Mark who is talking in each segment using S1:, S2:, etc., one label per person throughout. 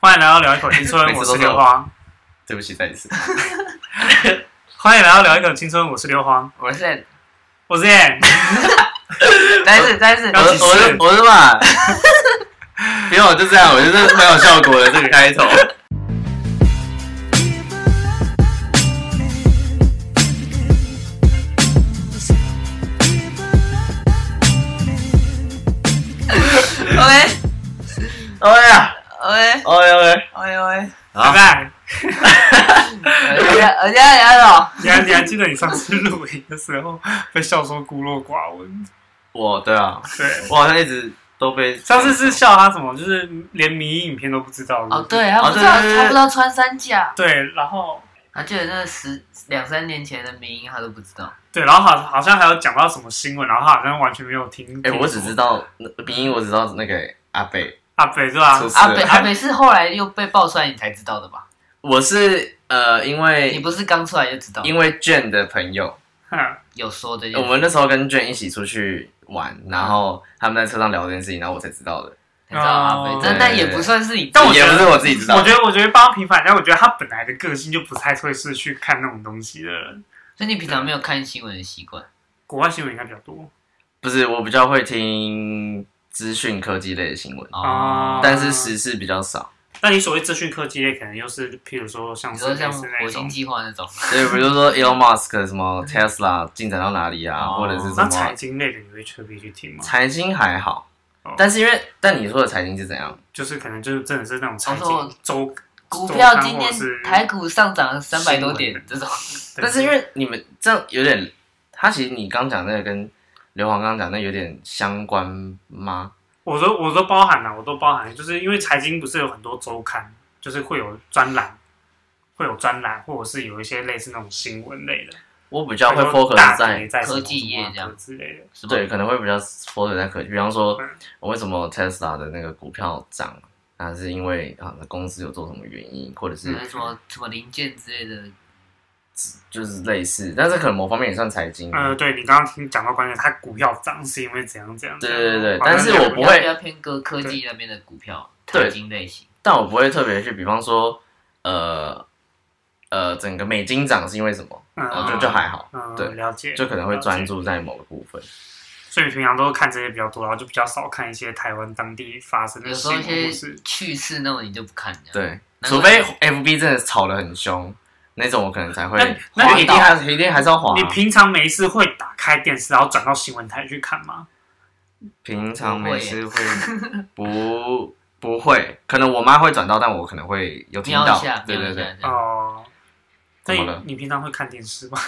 S1: 欢迎来到聊一口青春，我是刘荒。
S2: 对不起，再一 次，
S1: 欢迎来到聊一口青春，我是刘荒，
S3: 我是，
S1: 我是 Yan。
S3: 但是但是
S1: 要
S2: 我
S1: 几次
S2: 我是呃我是嘛， 不用，就这样，我觉得蛮有效果的这个开头。哎呀，
S3: ，OK OK
S2: 哎呀喂，
S3: OK
S1: 拜
S3: OK，
S2: 好，
S1: 拜。
S3: 我现在我现在聊什
S1: 你还你还记得你上次录影的时候被笑说孤陋寡闻？
S2: 我对啊，
S1: 对，
S2: 我好像一直都被
S1: 上次是笑他什么，就是连迷影片都不知道。
S3: 哦，对，他不知道
S2: 哦对对对
S3: 他不知道穿山甲，
S1: 对，然后
S3: 他记得那十两三年前的名音他都不知道。
S1: 对，然后好好像还有讲到什么新闻，然后他好像完全没有听。
S2: 哎、
S1: 听
S2: 我只知道那鼻音，我只知道那个阿贝
S1: 阿北是吧
S2: 出？事
S3: 阿北
S2: 了。
S3: 阿北是后来又被爆出来你才知道的吧？
S2: 我是呃，因
S3: 你
S2: 为
S3: 不是刚出来就知道？
S2: 因为卷的朋友，
S1: 哼
S3: 有说这件
S2: 我
S3: 事，
S2: 们那时候跟卷一起出去玩，然后他们在车上聊这件事情，然后我才知道的。
S3: 才知道阿
S1: 哦
S3: 北，但但也不算是你。
S1: 但我觉
S2: 也
S1: 得
S2: 不是我自己知道
S1: 我觉得，我觉得帮他平反一下，我觉得他本来的个性就不太会是去看那种东西的人。
S3: 所以你平常没有看新闻的习惯。
S1: 国外新闻应该比较多
S2: 不是，我比较会听资讯科技类的新闻，
S1: 哦
S2: 但是时事比较少。
S1: 那你所谓资讯科技类，可能又是譬如说像
S3: 你
S1: 是
S3: 说像
S1: 类似那
S3: 火星
S1: 种，
S3: 计划那 种，
S2: 所以比如说 Elon Musk 什么 Tesla 进展到哪里啊，
S3: 哦
S2: 或者是什
S1: 那财
S2: 么
S1: 经类的，你会特别去听吗？
S2: 财经还好
S1: 哦，
S2: 但是因为但你说的财经是怎样？
S1: 就是可能就是真的是那种财
S3: 哦
S1: 经周，
S3: 股票今
S1: 周刊或者是
S3: 天台股上涨了三百多
S1: 新
S3: 点这种，
S2: 但是因为你们这样有点，他其实你刚讲那个跟刘皇刚讲那有点相关吗？
S1: 我都我都包含了，我都包含了，就是因为财经不是有很多周刊，就是会有专栏，会有专栏，或者是有一些类似那种新闻类的，
S2: 我比较会
S1: 比如说大
S2: focus 在
S1: 跌在什么
S3: 科技业这样
S1: 什么之类的。
S3: 是吧
S2: 对，可能会比较 focus 在科技，比方说
S1: 嗯，
S2: 我为什么 Tesla 的那个股票涨，那是因为啊公司有做什么原因，或者是
S1: 嗯
S3: 有什么什么零件之类的，
S2: 就是类似，但是可能某方面也算财经。啊
S1: 呃，对你刚刚听讲到关键，它股票涨是因为怎样怎样。
S2: 对
S1: 怎样
S2: 对对对
S1: 好像
S2: 但是
S1: 有
S2: 我不会
S3: 比较偏科科技那边的股票，
S2: 对
S3: 特金类型。
S2: 但我不会特别去，比方说，呃呃，整个美金涨是因为什么？
S1: 嗯
S2: 哦，就就还好，
S1: 嗯，
S2: 对
S1: 了解，
S2: 就可能会专
S1: 了解。
S2: 注在某个部分。
S1: 所以你平常都看这些比较多，然后就比较少看一些台湾当地发生的
S3: 有时
S1: 新闻
S3: 候一些
S1: 故事。
S3: 趣事那种你就不看，这样
S2: 对，
S3: 难怪
S2: 除非 FB 真的吵得很凶，那种我可能才会
S1: 那
S2: 滑。
S1: 那
S2: 一定还一定还是要滑。啊
S1: 你平常没事会打开电视，然后转到新闻台去看吗？
S2: 平常没事会 不不会？可能我妈会转到，但我可能会有听
S3: 瞄一
S2: 到
S3: 下，。
S2: 对
S3: 瞄
S2: 对
S3: 一下
S2: 对，
S3: 这样。
S1: 哦，所
S2: 怎
S1: 以
S2: 么了
S1: 你平常会看电视吗？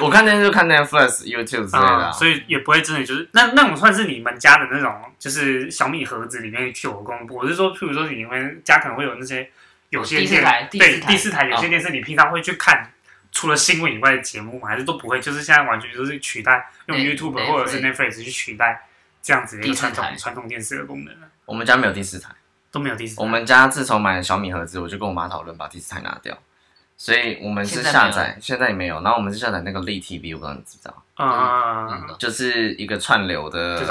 S2: 我看电视就看 Netflix、YouTube 之类的啊。
S1: 所以也不会真的就是那那种算是你们家的那种，就是小米盒子里面去我公布。我是说，譬如说你们家可能会有那些有些
S3: 第四
S1: 电
S3: 台第四
S1: 对
S3: 台
S1: 第四台有些
S2: 哦
S1: 电视，你平常会去看除了新闻以外的节目吗？还是都不会？就是现在完全就是取代用
S3: 对
S1: YouTube
S3: 对
S1: 或者是
S3: 对
S1: Netflix 去取代这样子的一个
S3: 第四
S1: 传统
S3: 台
S1: 传统电视的功能了，
S2: 我们家没有第四台，
S1: 都没有第四台。
S2: 我们家自从买了小米盒子，我就跟我妈讨论把第四台拿掉。所以我们是下
S3: 现在没
S2: 载，现在也没有。然后我们是下载那个立 TV，我不知道你知不知道，
S1: 嗯
S3: 嗯
S2: 就是一个串流的
S1: 知嗯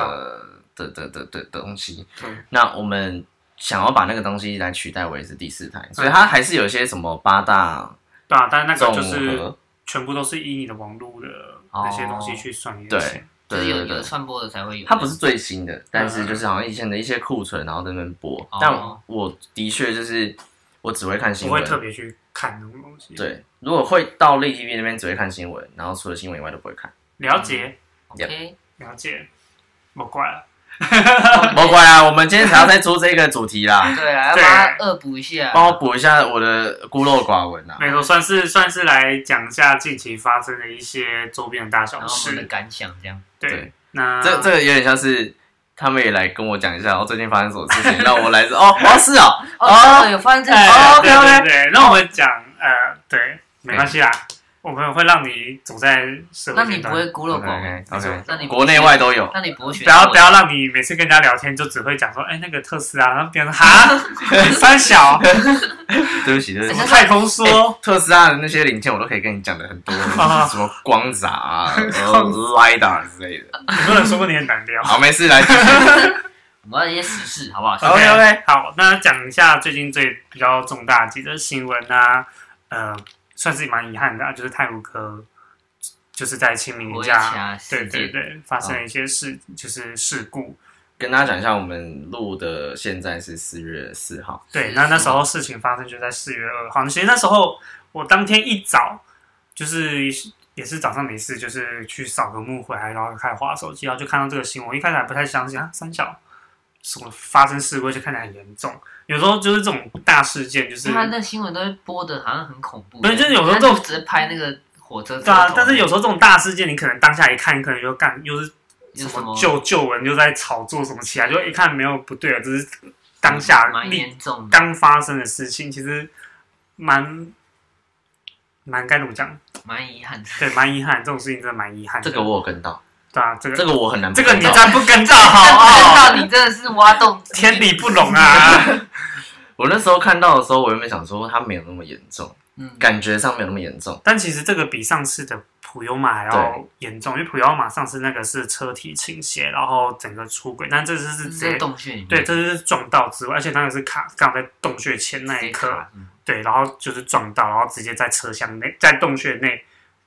S2: 的的的的的东西。
S1: 对
S2: 那我们想要把那个东西来取代为是第四台，所以它还是有一些什么八大
S1: 对啊，但嗯是那
S2: 综
S1: 个
S2: 合，
S1: 就是全部都是以你的网络的那些东西去算一些
S2: 对
S1: 钱。
S3: 就
S2: 对
S3: 是有
S2: 对
S3: 有
S2: 对，
S3: 传播的才会有。
S2: 它不是最新的，但
S1: 嗯
S2: 是就是好像以前的一些库存，然后在那边播。
S3: 哦
S2: 但我的确就是我只会看新
S1: 不会
S2: 闻，
S1: 特别去看那种东西。，
S2: 对。如果会到立 TV 那边，只会看新闻，然后除了新闻以外都不会 看。
S1: 了解
S3: OK，
S1: 了解，莫怪了。
S2: 莫怪啊，我们今天才要再出这个主题 啦，
S3: 对啊，要
S1: 对
S3: 把它恶补一下。
S1: 哦
S2: 帮我补一下我的孤陋寡闻啊。
S1: 没错，算是算是来讲一下近期发生的一些周边的大小
S3: 然后我们的
S1: 事。
S3: 感想这样，
S1: 对
S2: 对，
S1: 那
S2: 这这个有点啊像是他们也来跟我讲一下，哦，最近发生什么事情，让我来哦，哦是哦，
S3: 哦，有发现这个
S2: 哎
S3: 哦，
S1: 对对对对，那我们讲呃，对，没关系啦，我们会让你走在社会
S3: 那你
S1: 尖
S3: 不
S1: 端。
S3: 会孤陋
S2: OK
S3: 寡闻，
S2: OK OK，
S3: 那你
S2: 国内外都有。
S3: 那你博学
S1: 不要不要让你每次跟人家聊天就只会讲说，哎、那个特斯拉，然后别 人说哈三小，
S2: 对不起，对不
S1: 什
S2: 起
S1: 么。太空
S2: 欸
S1: 说，
S2: 特斯拉的那些零件，我都可以跟你讲的 很多，什么光闸、啊、然后 LiDAR 之类的。
S1: 很多人说过你很难聊。
S2: 好，没事，来继续。
S3: 我们要一些时事，好不好？
S2: 好
S1: 哦
S2: OK，OK
S1: 好，那讲一下最近最比较重大的几则新闻啊，呃，算是蛮遗憾的、啊，就是泰晤科就是在清明
S3: 国
S1: 假，
S3: 家
S1: 对
S3: 事
S1: 对
S3: 件，
S1: 对，发生了一些事，就是事故。
S2: 跟大家讲一下，我们录的现在是四月四号，
S1: 对，
S3: 是
S1: 那那时候事情发生就在四月二号。其实那时候我当天一早就是也是早上没事，就是去扫个墓回来，然后开始划手机，然后就看到这个新闻。一开始还不太相信啊，三小什么发生事故就看起来很严重。有时候就是这种大事件，就是
S3: 因为他那新闻都会播的，好像很恐怖。
S1: 不是就是有时候
S3: 他
S1: 这
S3: 就
S1: 种
S3: 只是拍那个火车头。
S1: 对啊，但是有时候这种大事件，你可能当下一看，你可能就干又是
S3: 有
S1: 什
S3: 什
S1: 么
S3: 么
S1: 旧旧闻又在炒作什么起来，就一看没有不对了，啊只是当下
S3: 蛮
S1: 立
S3: 严重的，
S1: 刚发生的事情，其实蛮蛮该怎么讲？
S3: 蛮遗憾的。
S1: 对，蛮遗憾，这种事情真的蛮遗憾的。
S2: 这个我有跟到，
S1: 对啊，这个
S2: 这个我很难
S1: 这
S2: 跟
S1: 个
S2: 到。
S1: 你再不跟到
S3: 真
S1: 好
S3: 的
S1: 啊，
S3: 你真的是挖洞，
S1: 天理不容啊！
S2: 我那时候看到的时候，我原本想说它没有那么严重，
S3: 嗯，
S2: 感觉上没有那么严重。
S1: 但其实这个比上次的普悠玛还要
S2: 对
S1: 严重，因为普悠玛上次那个是车体倾斜，然后整个出轨，但这次是直
S3: 这
S1: 接
S3: 个洞穴里面
S1: 对，这是撞到之外，而且当然是卡刚好在洞穴前那一
S3: 直接
S1: 刻，
S3: 卡，嗯
S1: 对，然后就是撞到，然后直接在车厢内，在洞穴内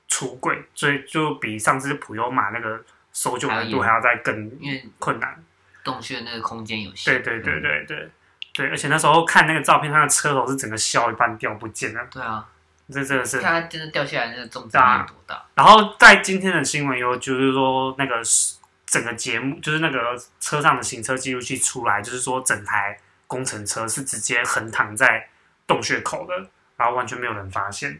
S1: 出轨，所以就比上次普悠玛那个搜救难度还
S3: 还
S1: 要再更
S3: 因为嗯
S1: 困难。
S3: 洞穴那个空间有限。
S1: 对对对对对对，而且那时候看那个照片，他的车头是整个削一半掉不见了，
S3: 对啊，
S1: 这真的是
S3: 看。它真的掉下来那个重
S1: 对啊
S3: 量有多大。
S1: 然后在今天的新闻有，就是说那个整个节目，就是那个车上的行车记录器出来，就是说整台工程车是直接横躺在洞穴口的，然后完全没有人发现。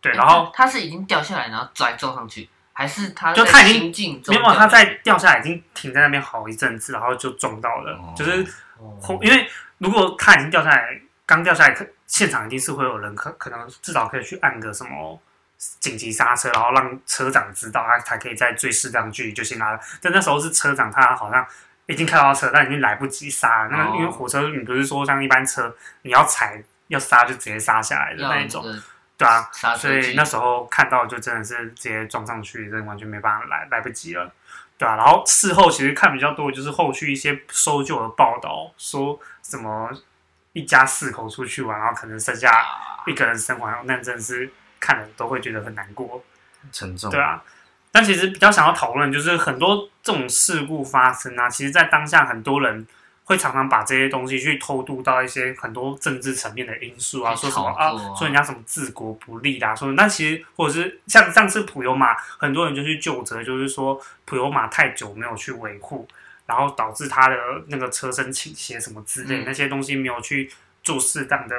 S1: 对，然后
S3: 他哎是已经掉下来，然后转撞上去，还是他
S1: 就它已经
S3: 经
S1: 没有，它在掉下来已经停在那边好一阵子，然后就撞到了。
S2: 哦
S1: 就是后，因为如果它已经掉下来，刚掉下来，可现场一定是会有人可可能至少可以去按个什么紧急刹车，然后让车长知道，他才可以在最适当距离就先拉了。但那时候是车长，他好像已经看到车，但已经来不及刹了。那个
S3: 哦
S1: 因为火车你不是说像一般车，你要踩要刹就直接刹下来的
S3: 要
S1: 那
S3: 那
S1: 一种，
S3: 个
S1: 对啊。
S3: 刹
S1: 所
S3: 车
S1: 以
S3: 机
S1: 那时候看到就真的是直接撞上去，真的完全没办法来来不及了，对啊，然后事后其实看比较多的就是后续一些搜救的报道，说什么一家四口出去玩，然后可能剩下
S3: 啊
S1: 一个人生还，那真的是看了都会觉得很难过，
S2: 沉重，
S1: 对，啊。但其实比较想要讨论，就是很多这种事故发生啊，其实，在当下很多人会常常把这些东西去偷渡到一些很多政治层面的因素啊，
S3: 去
S1: 说什么
S3: 炒
S1: 啊
S3: 作，啊
S1: 说人家什么治国不利啦、说那其实或者是像上次普悠玛，很多人就去就责，就是说普悠玛太久没有去维护，然后导致它的那个车身倾斜什么之类、
S3: 嗯
S1: 那些东西没有去做适当的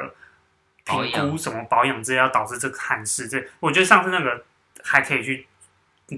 S3: 保
S1: 评
S3: 养
S1: 估，什么保养之类，要导致这个憾事。这我觉得上次那个还可以去，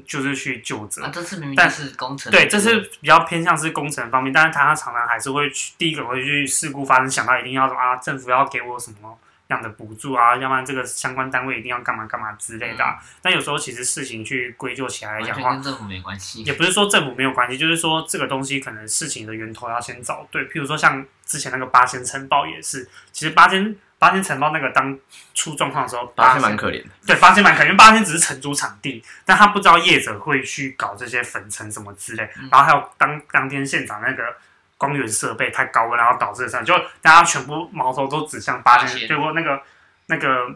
S1: 就是去就责
S3: 啊，。嗯这次明明
S1: 但
S3: 就是工程，
S1: 对，这是比较偏向是工程方面，但是他常常还是会去第一个会去事故发生，想到一定要说啊，政府要给我什么样的补助啊，要不然这个相关单位一定要干嘛干嘛之类的啊、但有时候其实事情去归咎起来来
S3: 嗯完
S1: 讲
S3: 全
S1: 的话，
S3: 跟政府没关系
S1: 也。不是说政府没有关系，就是说这个东西可能事情的源头要先找对。譬如说像之前那个八仙城堡也是，其实八仙八仙城堡那个当出状况的时候，
S2: 八千蛮可怜的，
S1: 对八仙蛮可能，因为八仙只是承租场地，但他不知道业者会去搞这些粉尘什么之类，
S3: 嗯
S1: 然后还有当当天现场那个。光源设备太高温，然后导致的事，就大家全部矛头都指向八
S3: 八
S1: 仙。
S3: 仙
S1: 结果那个那个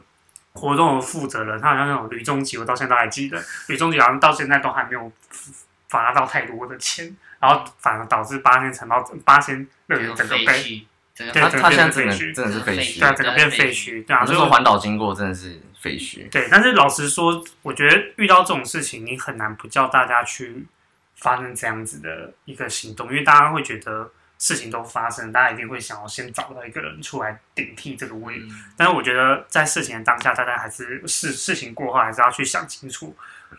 S1: 活动的负责人，他好像那种吕中吉，我到现在都还记得，吕中吉好像到现在都还没有罚到太多的钱，然后反而导致八仙城堡八仙乐
S3: 这
S1: 园
S3: 个
S1: 整个
S3: 废
S1: 被
S3: 墟，这个
S1: 对
S2: 他
S1: 整个
S2: 他
S1: 变
S2: 现
S1: 成
S2: 在真
S1: 废
S2: 的
S1: 墟
S2: 真的是废
S1: 对啊
S2: 墟，
S1: 整个变废墟，对啊，
S2: 我那
S1: 所以
S2: 时候
S1: 我
S2: 环岛经过真的是废墟，
S1: 对，但是老实说，我觉得遇到这种事情，你很难不叫大家去发生这样子的一个行动，因为大家会觉得事情都发生，大家一定会想要先找到一个人出来顶替这个位置。
S3: 嗯
S1: 但是我觉得在事情的当下，大家还是事事情过后，还是要去想清楚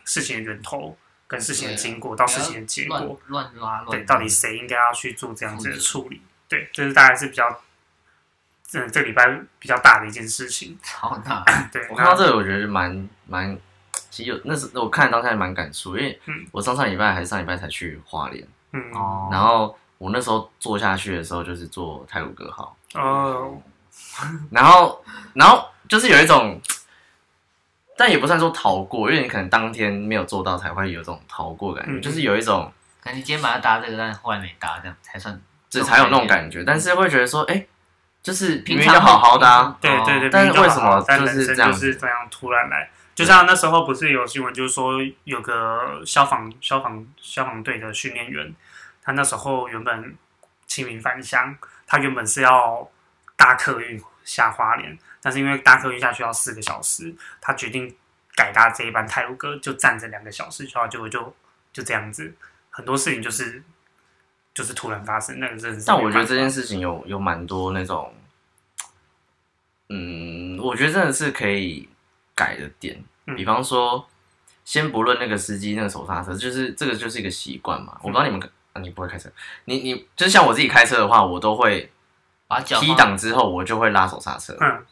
S1: 事情的源头跟事情的经过到事情的结
S3: 啊乱
S1: 果，
S3: 乱拉乱
S1: 对，
S3: 拉，
S1: 到底谁应该要去做这样子的处理？对，这是大概是比较，这这个礼拜比较大的一件事情。
S3: 超大？
S1: 对，
S2: 我
S1: 那
S2: 看到这个我觉得蛮蛮，其实有那时我看当下还蛮感触，因为
S1: 嗯
S2: 我上上礼拜还是上礼拜才去花莲，
S1: 嗯
S3: 哦
S2: 然后我那时候坐下去的时候就是坐泰晤格号，
S1: 哦，
S2: 然后然后就是有一种，但也不算说逃过，因为你可能当天没有做到才会有这种逃过感觉，
S1: 嗯
S2: 就是有一种
S3: 可能你今天把它搭这个，但后来没搭，这样才算
S2: 这才有那种感觉，但是会觉得说，哎、就是平
S3: 平
S2: 明
S3: 常
S2: 就好好的啊，
S1: 对对对，
S2: 但是
S1: 明明就
S2: 为什么
S1: 好好但
S2: 就是
S1: 人生
S2: 这样
S1: 就是这样突然来？就像那时候不是有新闻，就是说有个消防消防消防队的训练员，他那时候原本清明返乡，他原本是要搭客运下花莲，但是因为搭客运下去要四个小时，他决定改搭这一班泰鲁哥，就站着两个小时，然后结果就就这样子，很多事情就是就是突然发生，那个真的是
S2: 但
S1: 没
S2: 我觉得
S1: 办
S2: 这
S1: 法
S2: 件事情有有蛮多那种，嗯，我觉得真的是可以改的点。
S1: 嗯
S2: 比方说，先不论那个司机那个手刹车，就是这个就是一个习惯嘛。我不知道你们，啊、你不会开车，你你就像我自己开车的话，我都会
S3: 把脚放
S2: P 档之后，我就会拉手刹车。
S1: 嗯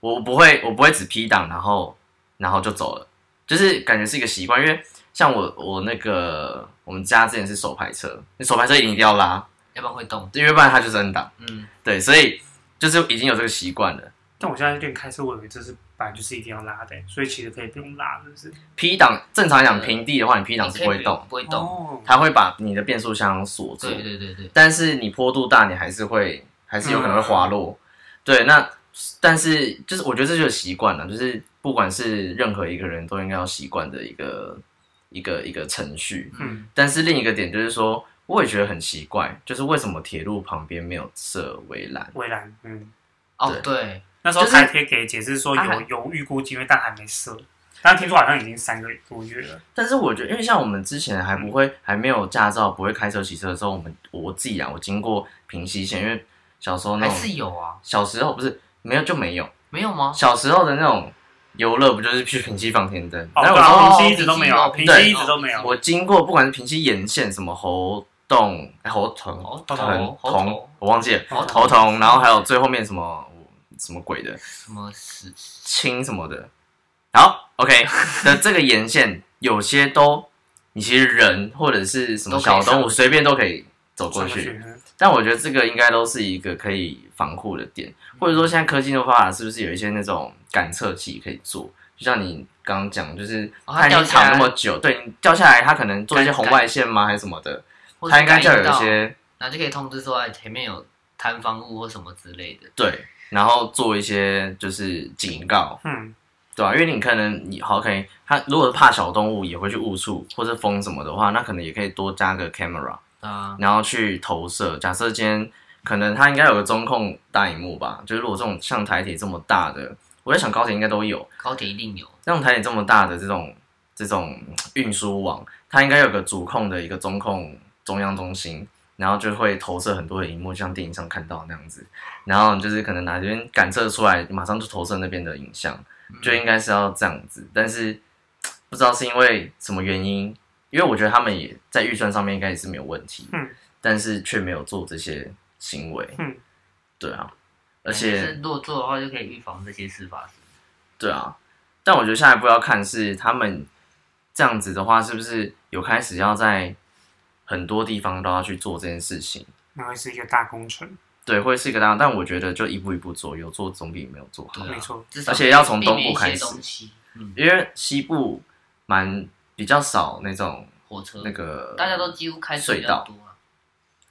S2: 我不会，我不会只 P 档，然后然后就走了，就是感觉是一个习惯。因为像我我那个我们家之前是手排车，手排车一定一定要拉，
S3: 要不然会动。
S2: 因为不然它就是 N 档。
S3: 嗯，
S2: 对，所以就是已经有这个习惯了。
S1: 但我现在练开车，我以为这是本来就是一定要拉的、欸所以其实可以不用拉，是不是？
S2: P 档正常讲
S3: 嗯
S2: 平地的话，你 P 档是不会动，
S3: 不会动。
S1: 哦，
S2: 它会把你的变速箱锁住。
S3: 对对对对，
S2: 但是你坡度大，你还是会还是有可能会滑
S3: 嗯
S2: 落。对，那但是就是我觉得这就是习惯了，就是不管是任何一个人都应该要习惯的一个一个一个程序。
S1: 嗯
S2: 但是另一个点就是说，我也觉得很奇怪，就是为什么铁路旁边没有设围栏？
S1: 围栏，嗯，
S3: 哦对，
S1: 那时候
S2: 就是
S1: 台铁给解释说
S3: 它还
S1: 有有预估机会，但还没设。但听说好像已经三个多月了。
S2: 但是我觉得，因为像我们之前还不会、还没有驾照、不会开车、骑车的时候，我们我自己啊，我经过平西线，因为小时候那
S3: 还
S2: 种
S3: 是有啊，
S2: 小时候不是没有就没有，
S3: 没有吗？
S2: 小时候的那种游乐不就是去平西放天灯？
S1: 哦，
S2: 但
S1: 对
S2: 我
S1: 啊，平
S3: 说
S1: 西一直都没有，
S3: 哦
S1: 平
S2: 对
S1: 西一直都没有。
S2: 我经过不管是平西沿线什么猴洞、哎猴屯、
S3: 猴
S2: 屯
S3: 头哦猴
S2: 同
S3: 头，
S2: 我忘记了
S3: 猴
S2: 猴童，然后还有最后面什么什么鬼的
S3: 什么是
S2: 青什么的。好，OK 的这个沿线有些都，你其实人或者是什么
S3: 都可以
S2: 小动物
S3: 上
S2: 随便都可以走过
S1: 转过
S2: 去。
S1: 去，嗯
S2: 但我觉得这个应该都是一个可以防护的点，或者说现在科技的发达，是不是有一些那种感测器可以做？就像你刚刚讲，就是
S3: 哦
S2: 它
S3: 它
S2: 已经
S3: 掉下
S2: 躺那
S3: 来
S2: 么久，对，你掉下来，它可能做一些红外线吗，还是什么的？
S3: 或者
S2: 它应该就有
S3: 感
S2: 一
S3: 应到
S2: 些
S3: 然后就可以通知说，哎，前面有摊方物或什么之类的。
S2: 对，然后做一些就是警告，
S1: 嗯，
S2: 对吧、啊因为你可能你好，可以它如果怕小动物也会去误触或者风什么的话，那可能也可以多加个 camera，
S3: 啊，
S2: 然后去投射。假设今天可能它应该有个中控大荧幕吧，就是如果这种像台铁这么大的，我在想高铁应该都有，
S3: 高铁一定有。
S2: 像台铁这么大的这种这种嗯运输网，它应该有个主控的一个中控中央中心，然后就会投射很多的荧幕，就像电影上看到那样子，然后就是可能哪边感测出来，马上就投射那边的影像，
S1: 嗯
S2: 就应该是要这样子，但是不知道是因为什么原因，因为我觉得他们也在预算上面应该也是没有问题，
S1: 嗯，
S2: 但是却没有做这些行为，
S1: 嗯，
S2: 对啊，而
S3: 就是
S2: 且
S3: 如果做的话，就可以预防这些事发生。
S2: 对啊，但我觉得下一步要看是他们这样子的话，是不是有开始要在很多地方都要去做这件事情，
S1: 那会是一个大工程，
S2: 对，会是一个大，但我觉得就一步一步做，有做总比没有做好。
S3: 对啊
S1: 没错，
S3: 至少
S2: 而且要从东部
S3: 避免一些
S2: 开始
S3: 东西，嗯，
S2: 因为西部蛮比较少那种
S3: 火车
S2: 那个，
S3: 大家都几乎开车比较多啊。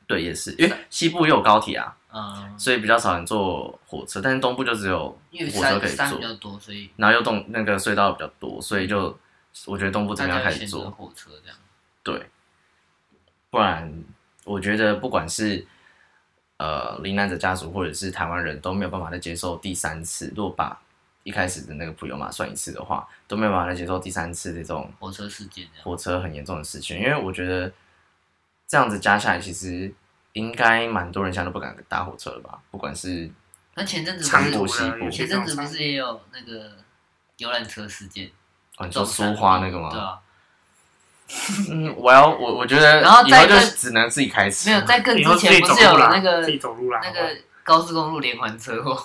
S2: 对，也是因为西部也有高铁啊，
S3: 嗯，
S2: 所以比较少人坐火车，但是东部就只有
S3: 因为
S2: 火车
S3: 山
S2: 可以
S3: 山比
S2: 坐，
S3: 较多，所以
S2: 然后又动那个隧道比较多，所以就我觉得东部这
S3: 大
S2: 边要
S3: 家
S2: 开
S3: 会
S2: 始
S3: 选择
S2: 做，
S3: 火车这样。
S2: 对，不然我觉得不管是呃罹难者家属或者是台湾人都没有办法再接受第三次，如果把一开始的那个普悠玛算一次的话，都没有办法再接受第三次这种
S3: 火车事件这样，
S2: 火车很严重的事情，因为我觉得这样子加下来，其实应该蛮多人现在都不敢搭火车了吧？不管是
S3: 那前阵子
S1: 长
S3: 不
S1: 途
S2: 国西
S1: 的有
S2: 部
S3: 是啊
S1: 些
S3: 前
S1: 这
S3: 阵
S1: 种
S3: 子不
S1: 长
S3: 是也有那个游览车事件？
S2: 哦，你说
S3: 撞
S2: 苏
S3: 山
S2: 花那个
S3: 对
S2: 吗？
S3: 啊，
S2: 嗯，我要我我觉得，
S3: 然后
S2: 以
S3: 再
S2: 后就
S3: 跟
S2: 只能自己开车。
S3: 没有在更
S1: 以后
S3: 之
S1: 自己
S3: 前
S1: 走
S3: 不是有
S1: 路啦，
S3: 那个
S1: 自己走路啦，
S3: 那
S1: 好不好
S3: 个高速公路连环车祸？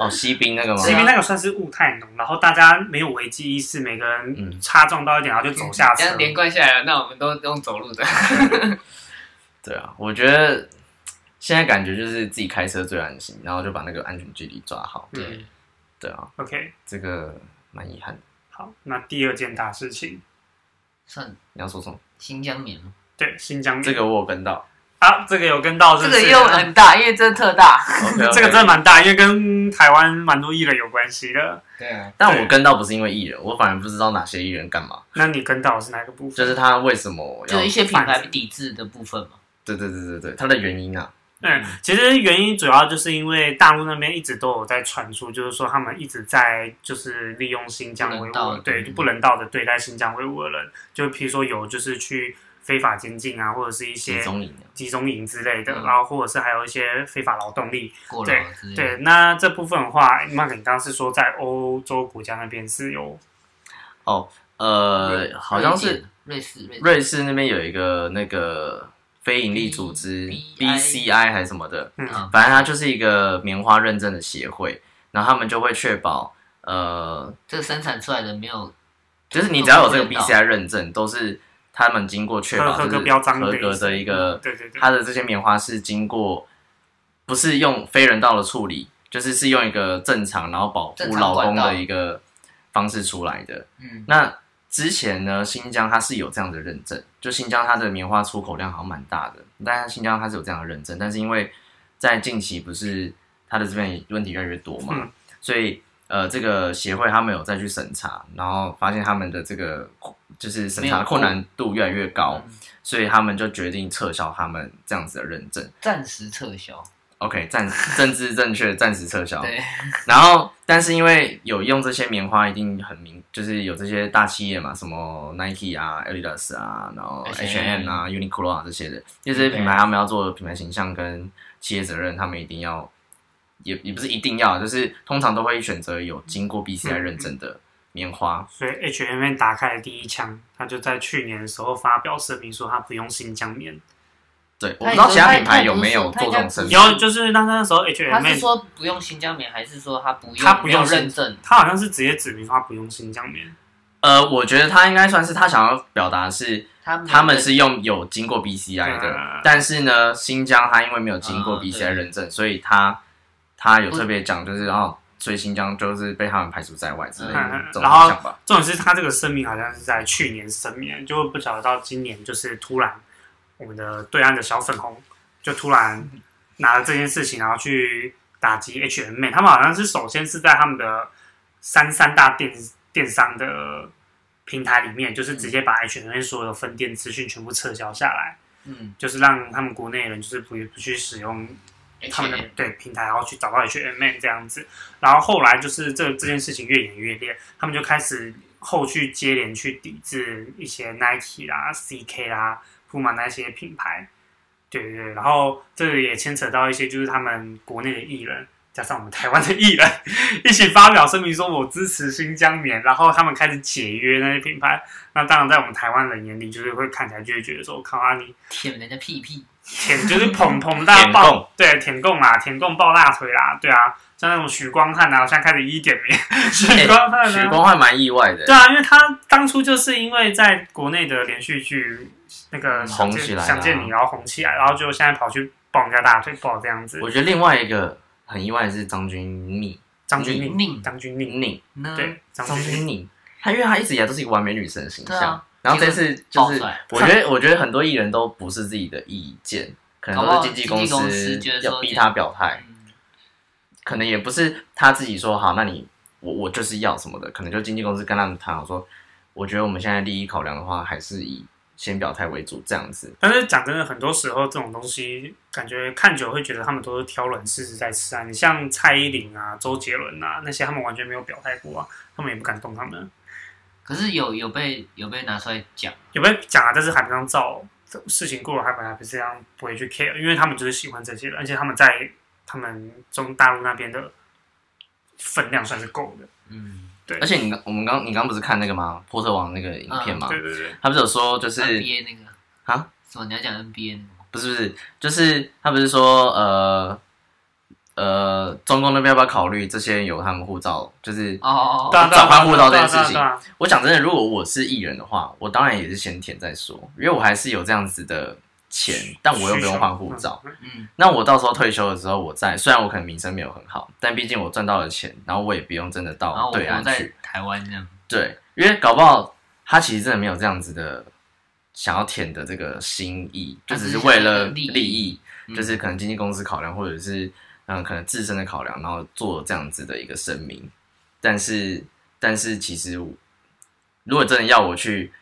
S2: 哦，西滨那个吗
S1: 是？因为那个算是雾太浓，然后大家没有危机意识，每个
S2: 嗯
S1: 人擦撞到一点，然后就走下
S3: 这
S1: 车嗯
S3: 嗯 样。连贯下来了，那我们都用走路的。
S2: 对啊，我觉得现在感觉就是自己开车最安心，然后就把那个安全距离抓好。
S3: 对，
S2: 对啊，
S1: OK，
S2: 这个蛮遗憾的。
S1: 好，那第二件大事情，
S3: 算
S2: 你要说什么？
S3: 新疆棉吗
S1: 对新疆
S2: 这个我有跟到，
S1: 啊，这个有跟到是
S3: 这
S1: 不是，啊
S3: 个又很大，因为这特大。
S2: OK，OK
S1: 这个真的蛮大，因为跟台湾蛮多艺人有关系的。
S3: 对啊，
S2: 但我跟到不是因为艺人，我反而不知道哪些艺人干嘛，
S1: 那你跟到的是哪个部分？
S2: 就是他为什么要
S3: 就一些品牌抵制的部分嘛。
S2: 对对对对对，他的原因啊，
S1: 嗯，其实原因主要就是因为大陆那边一直都有在传出，就是说他们一直在就是利用新疆维
S3: 不
S1: 吾
S3: 人道
S1: 尔，
S3: 的
S1: 对，就不人道的对待新疆维吾尔人，就譬如说有就是去非法监禁啊，或者是一
S2: 集
S1: 些
S2: 中营啊，
S1: 集中营之类的，
S3: 嗯
S1: 然后或者是还有一些非法劳动力。
S3: 过劳之类的。
S1: 对，那这部分的话，那你刚刚是说在欧洲国家那边是有
S2: 哦，呃，好像是
S3: 瑞士，瑞士
S2: 瑞士那边有一个那个非营利组织
S3: BI
S2: BCI 还是什么的，
S1: 嗯
S3: 嗯
S2: 反正它就是一个棉花认证的协会，然后他们就会确保，呃，
S3: 这个生产出来的没有
S2: 就是你只要有这个
S3: 都不知道
S2: BCI 认证，都是他们经过确
S1: 合
S2: 保
S1: 合
S2: 就
S1: 格
S2: 是
S1: 标章
S2: 合格
S1: 意思
S2: 的一个，
S1: 对对对，
S2: 它的这些棉花是经过，不是用非人道的处理，就是是用一个正常然后保
S3: 正
S2: 护
S3: 常
S2: 劳
S3: 管
S2: 工
S3: 道
S2: 的一个方式出来的。
S3: 嗯
S2: 那之前呢，新疆它是有这样的认证，就新疆它的棉花出口量好像蛮大的，但是新疆它是有这样的认证，但是因为在近期不是它的这边问题越来越多嘛，
S1: 嗯
S2: 所以呃，这个协会他们有再去审查，然后发现他们的这个就是审查的困难度越来越高，
S3: 嗯
S2: 所以他们就决定撤销他们这样子的认证。
S3: 暂时撤销。
S2: OK，暂政治正确暂时撤销。
S3: 对，
S2: 然后，但是因为有用这些棉花，一定很明，就是有这些大企业嘛，什么 Nike 啊、Adidas 啊，然后
S3: H&M
S2: H&M 啊、Uniqlo 啊这些的，因为这些品牌他们要做品牌形象跟企业责任，他们一定要，也也不是一定要，就是通常都会选择有经过 BCI 认证的棉花。
S1: 所以 H&M 打开了第一枪，他就在去年的时候发表声明说他不用新疆棉，
S2: 对，我不知道其他品牌有没有做这种声明
S1: 然。后就是那那时候
S3: 他是
S1: H&M
S3: 说不用新疆棉，还是说他不用
S1: 他不用
S3: 没有认证？
S1: 他好像是直接指明说他不用新疆棉，
S2: 呃，我觉得他应该算是他想要表达的是，
S3: 他们
S2: 他们是用有经过 BCI 的，
S1: 嗯
S2: 但是呢，新疆它因为没有经过
S3: 啊
S2: BCI
S3: 对
S2: 认证，所以它它有特别讲，就是哦，所以新疆就是被他们排除在外之类的、
S1: 嗯
S2: 这种
S1: 然后
S2: 想法。
S1: 重点是他这个声明好像是在去年声明，就不晓得到今年就是突然我们的对岸的小粉红就突然拿了这件事情，然后去打击 H&M，他们好像是首先是在他们的三三大电电商的平台里面，就是直接把 H&M 所有的分店资讯全部撤销下来，
S3: 嗯，
S1: 就是让他们国内人就是不不去使用他们的
S3: H&M
S1: 对平台，然后去找到 H&M 这样子。然后后来就是这这件事情越演越烈，他们就开始后续接连去抵制一些 Nike 啦、CK 啦、Puma 那些品牌。对对对，然后这个也牵扯到一些就是他们国内的艺人。加上我们台湾的艺人 一起发表声明说，我支持新疆棉，然后他们开始解约那些品牌。那当然，在我们台湾人眼里，就是会看起来就会觉得说，靠啊，你
S3: 舔人家屁屁，
S1: 舔就是捧捧大
S2: 舔
S1: 抱
S2: 供，
S1: 对，舔供啦，舔供抱大腿啦，对啊，像那种许光汉啊，我现在开始一点名， 许光
S3: 嗯
S1: 汉
S2: 许
S1: 啊，
S2: 光汉蛮意外的
S1: 对，啊，因为他当初就是因为在国内的连续剧那个想
S2: 红
S1: 见
S2: 起来啊
S1: 想见你，然后红起来，然后就现在跑去抱人家大腿，抱这样子
S2: 我，觉得另外一个很意外的是张钧甯，
S1: 张钧甯，
S3: 宁
S1: 张钧甯，
S2: 甯
S3: 呢？
S1: 对，张
S2: 张
S1: 钧甯
S2: 钧。甯，她因为她一直以来都是一个完美女神的形
S3: 对
S2: 象
S3: 啊，
S2: 然后这次就
S3: 爆
S2: 是
S3: 出来
S2: 我觉得我觉得很多艺人都不是自己的意见，可能都是经纪
S3: 搞不好经纪公
S2: 司
S3: 司觉得说
S2: 要逼
S3: 这
S2: 她表态。
S3: 嗯
S2: 可能也不是他自己说好，那你我我就是要什么的，可能就经纪公司跟他们谈好说，我觉得我们现在利益考量的话，还是以先表态为主这样子。
S1: 但是讲真的，很多时候这种东西，感觉看久会觉得他们都是挑软柿子在吃啊。你像蔡依林啊、周杰伦啊那些，他们完全没有表态过啊，他们也不敢动他们。
S3: 可是有有被有被拿出来讲，
S1: 有没有讲啊？但是海本上照这事情过了，海本来不是这样，不会去 care，因为他们就是喜欢这些人，而且他们在他们中大陆那边的分量算是够的。
S3: 嗯
S2: 而且你刚我们刚你刚不是看那个吗？波特王那个影片吗？
S1: 对对对，
S2: 他不是有说就是
S3: ，NBA 那个
S2: 啊，
S3: 什么你要讲 NBA 那个吗
S2: 不是不是，就是他不是说呃呃，中共那边要不要考虑这些人有他们护照？就是
S1: 对
S3: 哦哦哦
S1: 啊
S3: 哦，
S1: 对啊
S2: 转换护照这
S1: 对啊
S2: 件事情
S1: 对啊对啊
S2: 我讲真的，如果我是艺人的话，我当然也是先填再说，因为我还是有这样子的钱，但我又不用换护照。
S1: 需求嗯
S3: 嗯，
S2: 那我到时候退休的时候，我再虽然我可能名声没有很好，但毕竟我赚到了钱，然后我也不用真的
S3: 然后
S2: 到
S3: 我
S1: 啊
S2: 对
S3: 我
S2: 岸
S3: 在
S2: 去。
S3: 台湾这样，
S2: 对，因为搞不好他其实真的没有这样子的想要舔的这个心意，就
S3: 他
S2: 只
S3: 只
S2: 是
S3: 是
S2: 为
S3: 想要
S2: 了
S3: 有利益
S2: 利益，
S3: 嗯
S2: 就是可能经纪公司考量，或者是嗯可能自身的考量，然后做这样子的一个声明。但是，但是其实我，如果真的要我去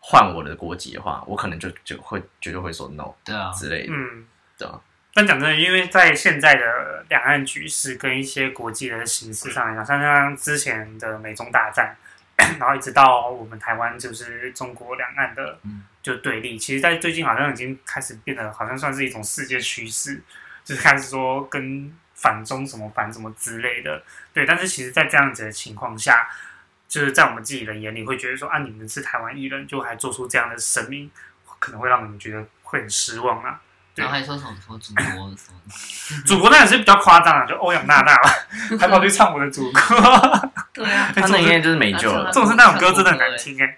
S2: 换我的国籍的话，我可能就就会绝对会说 no
S3: 对啊，
S2: 之类的，
S1: 嗯，
S2: 对啊
S1: 但讲真的，因为在现在的两岸局势跟一些国际的形势上来讲，像像之前的美中大战， 然后一直到我们台湾就是中国两岸的
S3: 嗯
S1: 就对立，其实，在最近好像已经开始变得好像算是一种世界趋势，就是开始说跟反中什么反什么之类的，对。但是其实，在这样子的情况下，就是在我们自己的眼里会觉得说啊，你们是台湾艺人，就还做出这样的声明，可能会让我们觉得会很失望啊。对
S3: 然后还说什么什么祖国什么的，
S1: 祖国那也是比较夸张啊，就欧阳娜娜嘛，还跑去唱我的祖国，哎
S3: 对啊，
S2: 他那应该就是没救了
S3: 那。
S1: 重是那首歌真的很难听哎、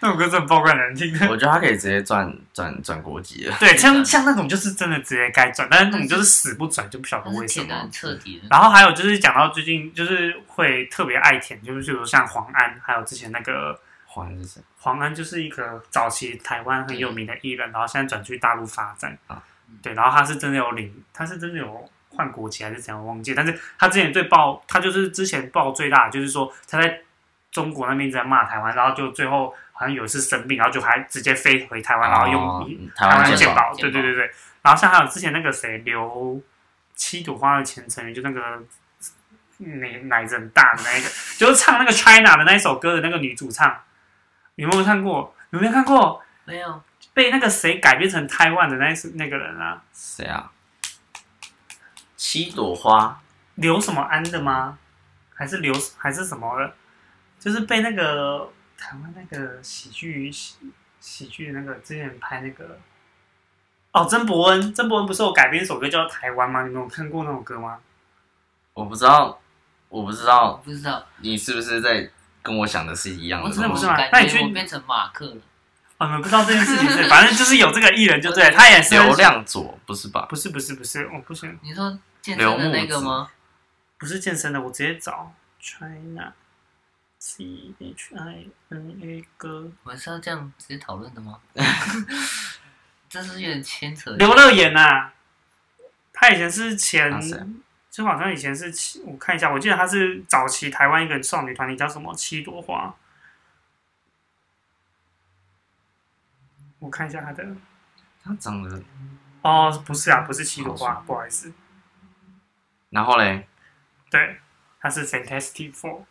S1: 那首歌真的爆怪难听 的。
S2: 我觉得他可以直接转转转国籍了。
S1: 对，像像那种就是真的直接该转，但是那种就是死不转，就不晓得
S3: 他
S1: 为
S3: 是嗯
S1: 什
S3: 舔的
S1: 么
S3: 很。彻底的，
S1: 然后还有就是讲到最近，就是会特别爱舔，就是比如像黄安，还有之前那个
S2: 黄是谁？
S1: 黄安，就是一个早期台湾很有名的艺人，然后现在转去大陆发展
S2: 啊。
S1: 对，然后他是真的有领，他是真的有换国籍还是怎样，我忘记了。但是他之前最爆，他就是之前爆最大的，就是说他在中国那边一直在骂台湾，然后就最后好像有一次生病，然后就还直接飞回台湾，然后
S2: 哦
S1: 用
S2: 台
S1: 台
S2: 湾
S1: 湾
S2: 健
S1: 健
S2: 保，
S1: 保，对
S3: 健保
S1: 对对对。然后像还有之前那个谁刘七朵花的前成员，就那个奶奶人大的那一个，就是唱那个 China 的那一首歌的那个女主唱，你有没有看过？有没有看过
S3: 没有
S1: 被那个谁改编成台湾的那一首那个人啊？
S2: 谁啊？七朵花，
S1: 刘什么安的吗？还是刘还是什么的？就是被那个台湾那个喜剧喜喜剧那个之前拍那个哦，曾伯恩，曾伯恩不是有改编一首歌叫《台湾》吗？你们有看过那首歌吗？
S2: 我不知道，我不知
S3: 我
S2: 道
S3: 不知道，
S2: 你是不是在跟我想的是一样的
S1: 我
S2: 东西？
S1: 真的不是吗
S3: 感
S1: 那你
S3: 觉
S1: 去
S3: 我变成马克了，
S1: 哦，你们不知道这件事情 是，反正就是有这个艺人就对了，他也是
S2: 流，量左不是吧？
S1: 不是不是不是，我、不行，
S3: 你说健身的那个吗？
S1: 不是健身的，我直接找 China C H I N A 歌
S3: 我们是要这样直接讨论的吗？ 这是有点牵扯。
S1: 刘乐言呐、啊他以前是前
S2: 他谁，
S1: 就好像以前是七，我看一下，我记得他是早期台湾一个少女团体叫什么七朵花，我看一下他的，
S2: 他长得，
S1: 哦，不是啊，不是七朵
S2: 好
S1: 花，不好意思，
S2: 然后嘞，
S1: 对，他是 Fantastic Four。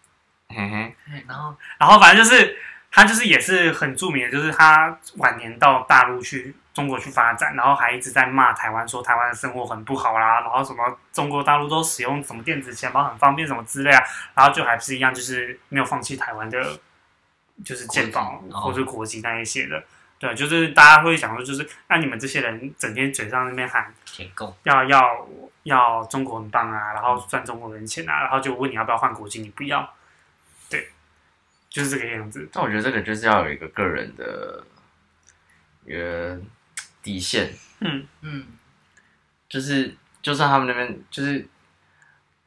S2: 嘿嘿，
S3: 嘿然后
S1: 然后反正就是他就是也是很著名的，就是他晚年到大陆去中国去发展，然后还一直在骂台湾，说台湾的生活很不好啦，然后什么中国大陆都使用什么电子钱包很方便什么之类啊，然后就还是一样，就是没有放弃台湾的，就是健保
S3: 国籍哦
S1: 或者国籍那一些的。对，就是大家会想说，就是那、你们这些人整天嘴上那边喊
S3: 舔供，
S1: 要要要中国很棒啊，然后赚中国人钱啊，然后就问你要不要换国籍，你不要，对，就是这个样子。
S2: 但我觉得这个就是要有一个个人的，呃，底线，
S1: 嗯，
S3: 嗯，
S2: 就是就算他们那边就是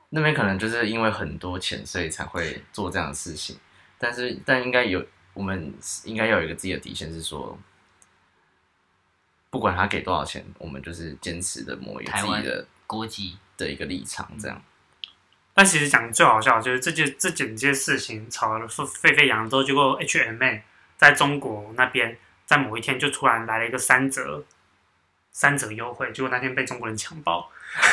S2: 那边可能就是因为很多钱，所以才会做这样的事情。但是但应该有我们应该要有一个自己的底线，是说不管他给多少钱，我们就是坚持的某一个
S3: 台
S2: 自己
S3: 湾
S2: 的
S3: 国籍
S2: 的一个立场，这样。
S1: 但其实讲得最好笑的就是这件这整件事情吵得沸沸扬扬之后，结果 H M A 在中国那边在某一天就突然来了一个三折。三折优惠，结果那天被中国人强暴，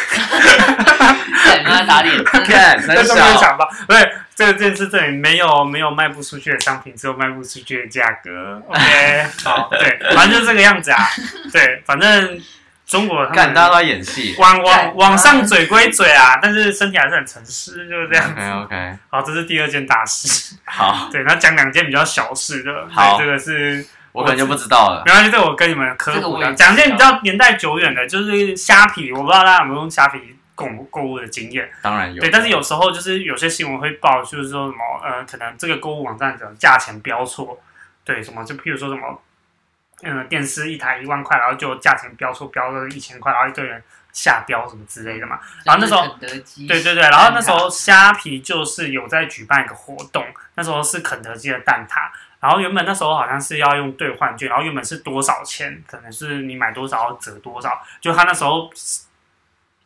S3: 对，没有 打脸，真 的
S2: 看，
S1: 被中国人强暴，对，这个件事这里没有没有卖不出去的商品，只有卖不出去的价格。OK，好， 对，反正就是这个样子啊，对，反正中国他
S2: 干，
S1: 们
S2: 大家都在演戏。
S1: 往往
S3: 干
S1: 往上嘴归嘴啊，但是身体还是很诚实， 就是这样子。
S2: OK OK，
S1: 好，这是第二件大事。
S2: 好，
S1: 对，那讲两件比较小事的。
S2: 好
S1: 对这个是
S2: 我可能就不知道了
S1: 没。关系，这我跟你们科
S3: 这个
S1: 普
S3: 我也
S1: 的。
S3: 知道
S1: 讲件比较年代久远的，就是虾皮，我不知道大家有没有用虾皮购购物的经验。
S2: 当然有，
S1: 对，但是有时候就是有些新闻会报，就是说什么呃，可能这个购物网站的价钱标错，对，什么就譬如说什么，嗯、电视一台一万块，然后就价钱标错标到一千块，然后一堆人下标什么之类的嘛。然后那时候
S3: 肯德基，
S1: 对对对，然后那时候虾皮就是有在举办一个活动，那时候是肯德基的蛋挞，然后原本那时候好像是要用兑换券，然后原本是多少钱，可能是你买多少折多少，就他那时候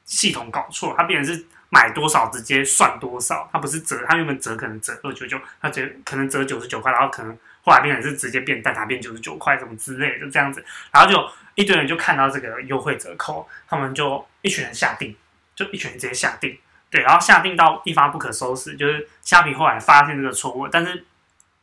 S1: 系统搞错，他变成是买多少直接算多少，他不是折，他原本折可能折二九九，他折可能折九十九块，然后可能后来变成是直接变蛋挞变九十九块什么之类的这样子，然后就一堆人就看到这个优惠折扣，他们就一群人下定，就一群人直接下定。对，然后下定到一发不可收拾，就是虾皮后来发现这个错误，但是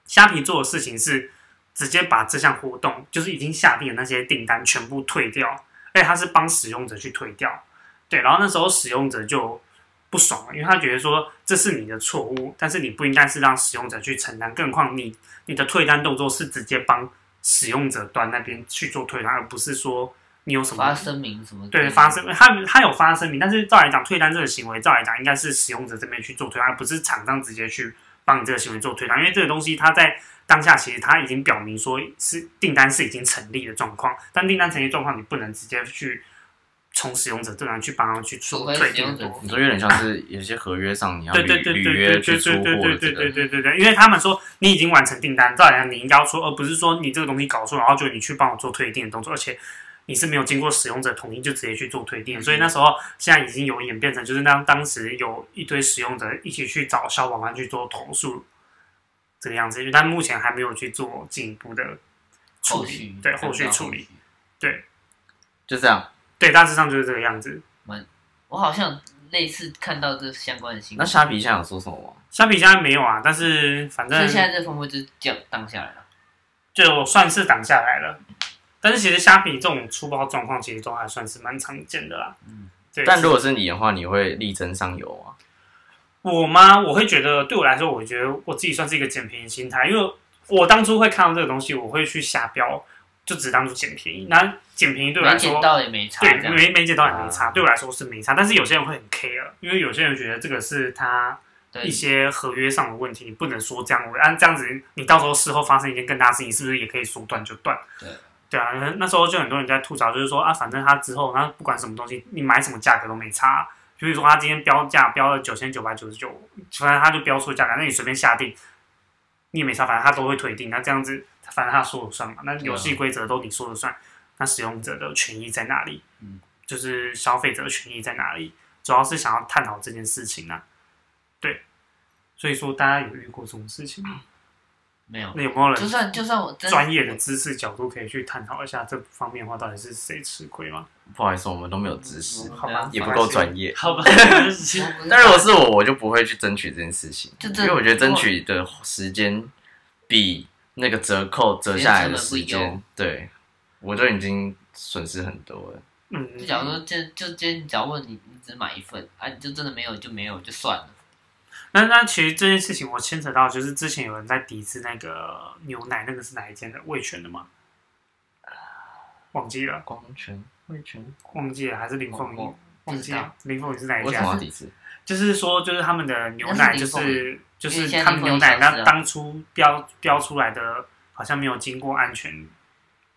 S1: 虾皮做的事情是直接把这项活动，就是已经下定的那些订单全部退掉，而且他是帮使用者去退掉，对，然后那时候使用者就不爽了，因为他觉得说这是你的错误，但是你不应该是让使用者去承担，更何况你你的退单动作是直接帮使用者端那边去做退单，而不是说你有什么
S3: 发声明什么之类
S1: 对，
S3: 的？
S1: 发声，他他有发声明，但是照来讲，退单这个行为，照来讲应该是使用者这边去做退单，而不是厂商直接去帮你这个行为做退单，因为这个东西它在当下其实它已经表明说是订单是已经成立的状况，但订单成立状况你不能直接去从使用者这边去帮他去
S3: 除
S1: 做
S3: 非
S1: 退
S3: 使用
S1: 订
S3: 者
S1: 多。
S2: 你说有点像是有些合约上你要
S1: 对
S2: 履
S1: 对对
S2: 履
S1: 对对
S2: 约
S1: 对
S2: 去出
S1: 对
S2: 货
S1: 对对对
S2: 的这
S1: 对
S2: 个，
S1: 对对对，因为他们说你已经完成订单，照理来讲你应该要出，而不是说你这个东西搞错，然后就你去帮我做退订的动作，而且你是没有经过使用者同意就直接去做退订，所以
S2: 嗯
S1: 那时候现在已经有演变成就是当当时有一堆使用者一起去找消防官去做投诉这个样子，但目前还没有去做进一步的处
S3: 后
S1: 理
S3: 续，
S1: 对后续处理，。
S2: 就这样。
S1: 对，大致上就是这个样子。
S3: 我好像类似看到这相关的新
S2: 那
S3: 闻，
S2: 虾皮现在有说什么吗？
S1: 相比现在没有啊，但是反
S3: 所
S1: 正
S3: 以现在这风波就是这样荡下来了。
S1: 就算是挡下来了。但是其实虾皮这种粗暴状况，其实都还算是蛮常见的啦。
S3: 嗯，
S1: 对。
S2: 但如果是你的话，你会力争上游啊。
S1: 我吗？我会觉得对我来说，我觉得我自己算是一个捡便宜心态，因为我当初会看到这个东西，我会去下标，就只当做捡便宜。那捡便宜对我来
S3: 没
S1: 说，
S3: 捡到也没差，这
S1: 对，
S3: 样
S1: 没没捡到也没差，
S2: 啊
S1: 对我来说是没差。但是有些人会很 care，因为有些人觉得这个是他一
S3: 对，
S1: 些合约上的问题，你不能说这样，按这样子，你到时候事后发生一件更大的事情，是不是也可以说断就断？
S3: 对，
S1: 对啊，那时候就很多人在吐槽，就是说啊，反正他之后，他不管什么东西，你买什么价格都没差。啊比如说他今天标价标了九千九百九十九，反正他就标出价格，那你随便下定，你也没差，反正他都会退订。那这样子，反正他说了算嘛，
S2: 啊
S1: 那游戏规则都你说了算，那使用者的权益在哪里？
S3: 嗯，
S1: 就是消费者的权益在哪里？主要是想要探讨这件事情啊。对，所以说大家有遇过这种事情吗？
S3: 没有。
S1: 那有没有人
S3: 啊就算就算我真
S1: 专业的知识角度可以去探讨一下这方面的话，到底是谁吃亏吗？
S2: 不好意思，我们都没有知
S3: 嗯
S2: 识，
S1: 好吧，
S2: 也不够专业。
S1: 好 吧，
S3: 我
S2: 但如果是我，我就不会去争取这件事情，
S3: 就
S2: 因
S3: 这
S2: 为我觉得争取的时间比那个折扣折下来的时
S3: 时间成
S2: 间，对我就已经损失很多了。
S1: 嗯
S3: 就，假如说这就今天，假如问你，你只买一份啊，你就真的没有就没有就算了。
S1: 那那其实这件事情我牵扯到，就是之前有人在抵制那个牛奶，那个是哪一间的？味全的吗？
S3: 呃
S1: 忘记了，
S2: 光圈、味全，
S1: 忘记了，还是林凤
S3: 我
S1: 仪
S3: 我？
S1: 忘记
S3: 不知
S1: 了
S3: 道，
S1: 林凤仪是哪一
S2: 为什
S1: 家
S2: 么？要抵制？
S1: 就是说，就是他们的牛奶，就
S3: 那是
S1: 是就
S3: 因
S1: 是
S3: 为现在
S1: 他们牛奶
S3: 柠檬也消失
S1: 那
S3: 了
S1: 当初标标出来的，好像没有经过安全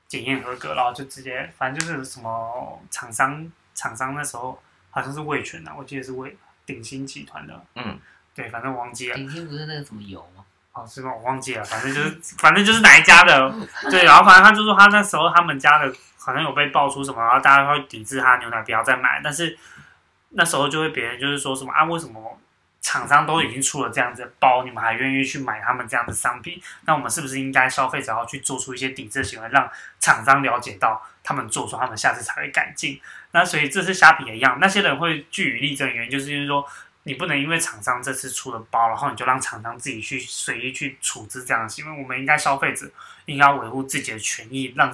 S1: 检验合格，然后就直接，反正就是什么厂商厂商那时候好像是味全啊，我记得是味鼎新集团的，
S2: 嗯，
S1: 对，反正我忘记了，
S3: 顶新不是那个什么油吗？
S1: 哦，是吗？我忘记了，反正就是反正就是哪一家的，对，然后反正他就说他那时候他们家的好像有被爆出什么，然后大家会抵制他牛奶不要再买，但是那时候就会别人就是说什么啊，为什么厂商都已经出了这样子的包，你们还愿意去买他们这样的商品？那我们是不是应该消费者要去做出一些抵制的行为，让厂商了解到他们做错，他们下次才会改进？那所以这次虾皮也一样，那些人会据理力争，原因就是因为说。你不能因为厂商这次出了包，然后你就让厂商自己去随意去处置这样的行为。我们应该消费者应该维护自己的权益，让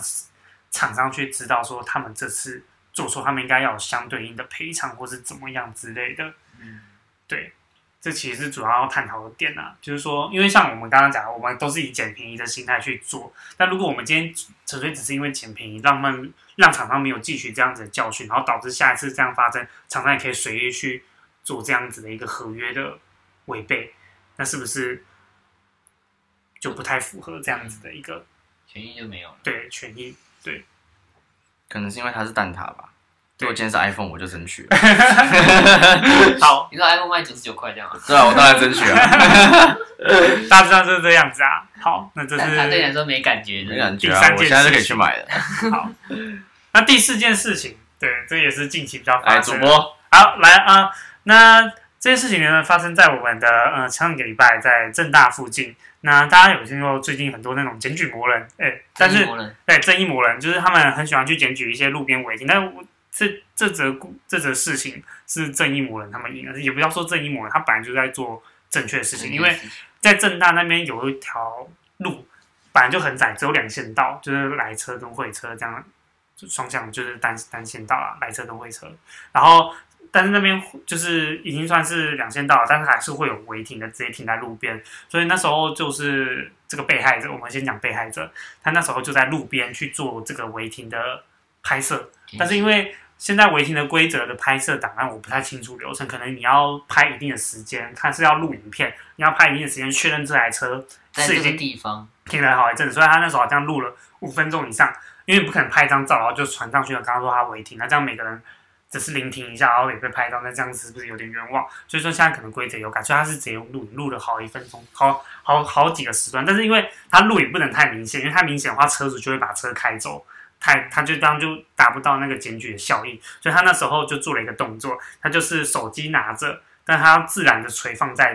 S1: 厂商去知道说他们这次做错，他们应该要有相对应的赔偿或是怎么样之类的。
S3: 嗯，
S1: 对，这其实是主要要探讨的点啊，就是说，因为像我们刚刚讲的，我们都是以捡便宜的心态去做，但如果我们今天纯粹只是因为捡便宜，让他们让厂商没有汲取这样子的教训，然后导致下一次这样发生，厂商也可以随意去做这样子的一个合约的违背，那是不是就不太符合这样子的一个
S3: 权益就没有了。
S1: 对权益？
S2: 可能是因为它是蛋挞吧，如
S1: 对
S2: 果今天是 iPhone，我就争取了。
S1: 好，
S3: 你说 iPhone 卖九十九块这样啊？
S2: 对啊，我当然争取啊，
S1: 大致上就是这样子啊。好，那这
S3: 但他对你
S1: 是
S3: 啊来说没感
S2: 没
S3: 觉，是不是
S2: 感觉
S1: 第
S2: 啊，
S1: 三件
S2: 我现在就可以去买了。
S1: 那第四件事情，对，这也是近期比较
S2: 哎，
S1: 发
S2: 主
S1: 生的。
S2: 播，
S1: 好，来啊、那这件事情呢发生在我们的呃上个礼拜在正大附近。那大家有听过最近很多那种检举魔人，哎、但
S3: 真
S1: 是
S3: 的魔人
S1: 对，正义魔人就是他们很喜欢去检举一些路边违停，但是我这这则故这则事情是正义魔人他们赢了，也不要说正义魔人，他本来就在做正确的事情，因为在正大那边有一条路本来就很窄，只有两线道，就是来车跟会车这样，就双向就是单单线道啊，来车跟会车。然后，但是那边就是已经算是两线道了，但是还是会有违停的，直接停在路边。所以那时候就是这个被害者，我们先讲被害者，他那时候就在路边去做这个违停的拍摄，
S3: 嗯
S1: 但是因为现在违停的规则的拍摄档案我不太清楚流程，可能你要拍一定的时间，看是要录影片，你要拍一定的时间确认这台车
S3: 在
S1: 是已
S3: 这个
S1: 经
S3: 地方，
S1: 停了好一阵子，所以他那时候好像录了五分钟以上，因为你不可能拍一张照然后就传上去了，刚刚说他违停，那这样每个人只是聆听一下，然后也被拍到，那这样子是不是有点冤枉？所以说现在可能规则有改，所以他是直接用录影录了好一分钟，好好好几个时段，但是因为他录影不能太明显，因为太明显的话车主就会把车开走。太，他就当就达不到那个检举的效益，所以他那时候就做了一个动作，他就是手机拿着，但他要自然的垂放在，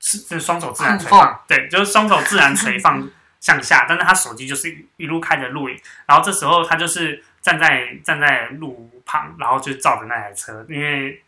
S1: 是就是双手自然垂
S3: 控
S1: 放，对，就是双手自然垂放向下，但是他手机就是一一路开着录影，然后这时候他就是站在站在路旁，然后就照着那台车，因为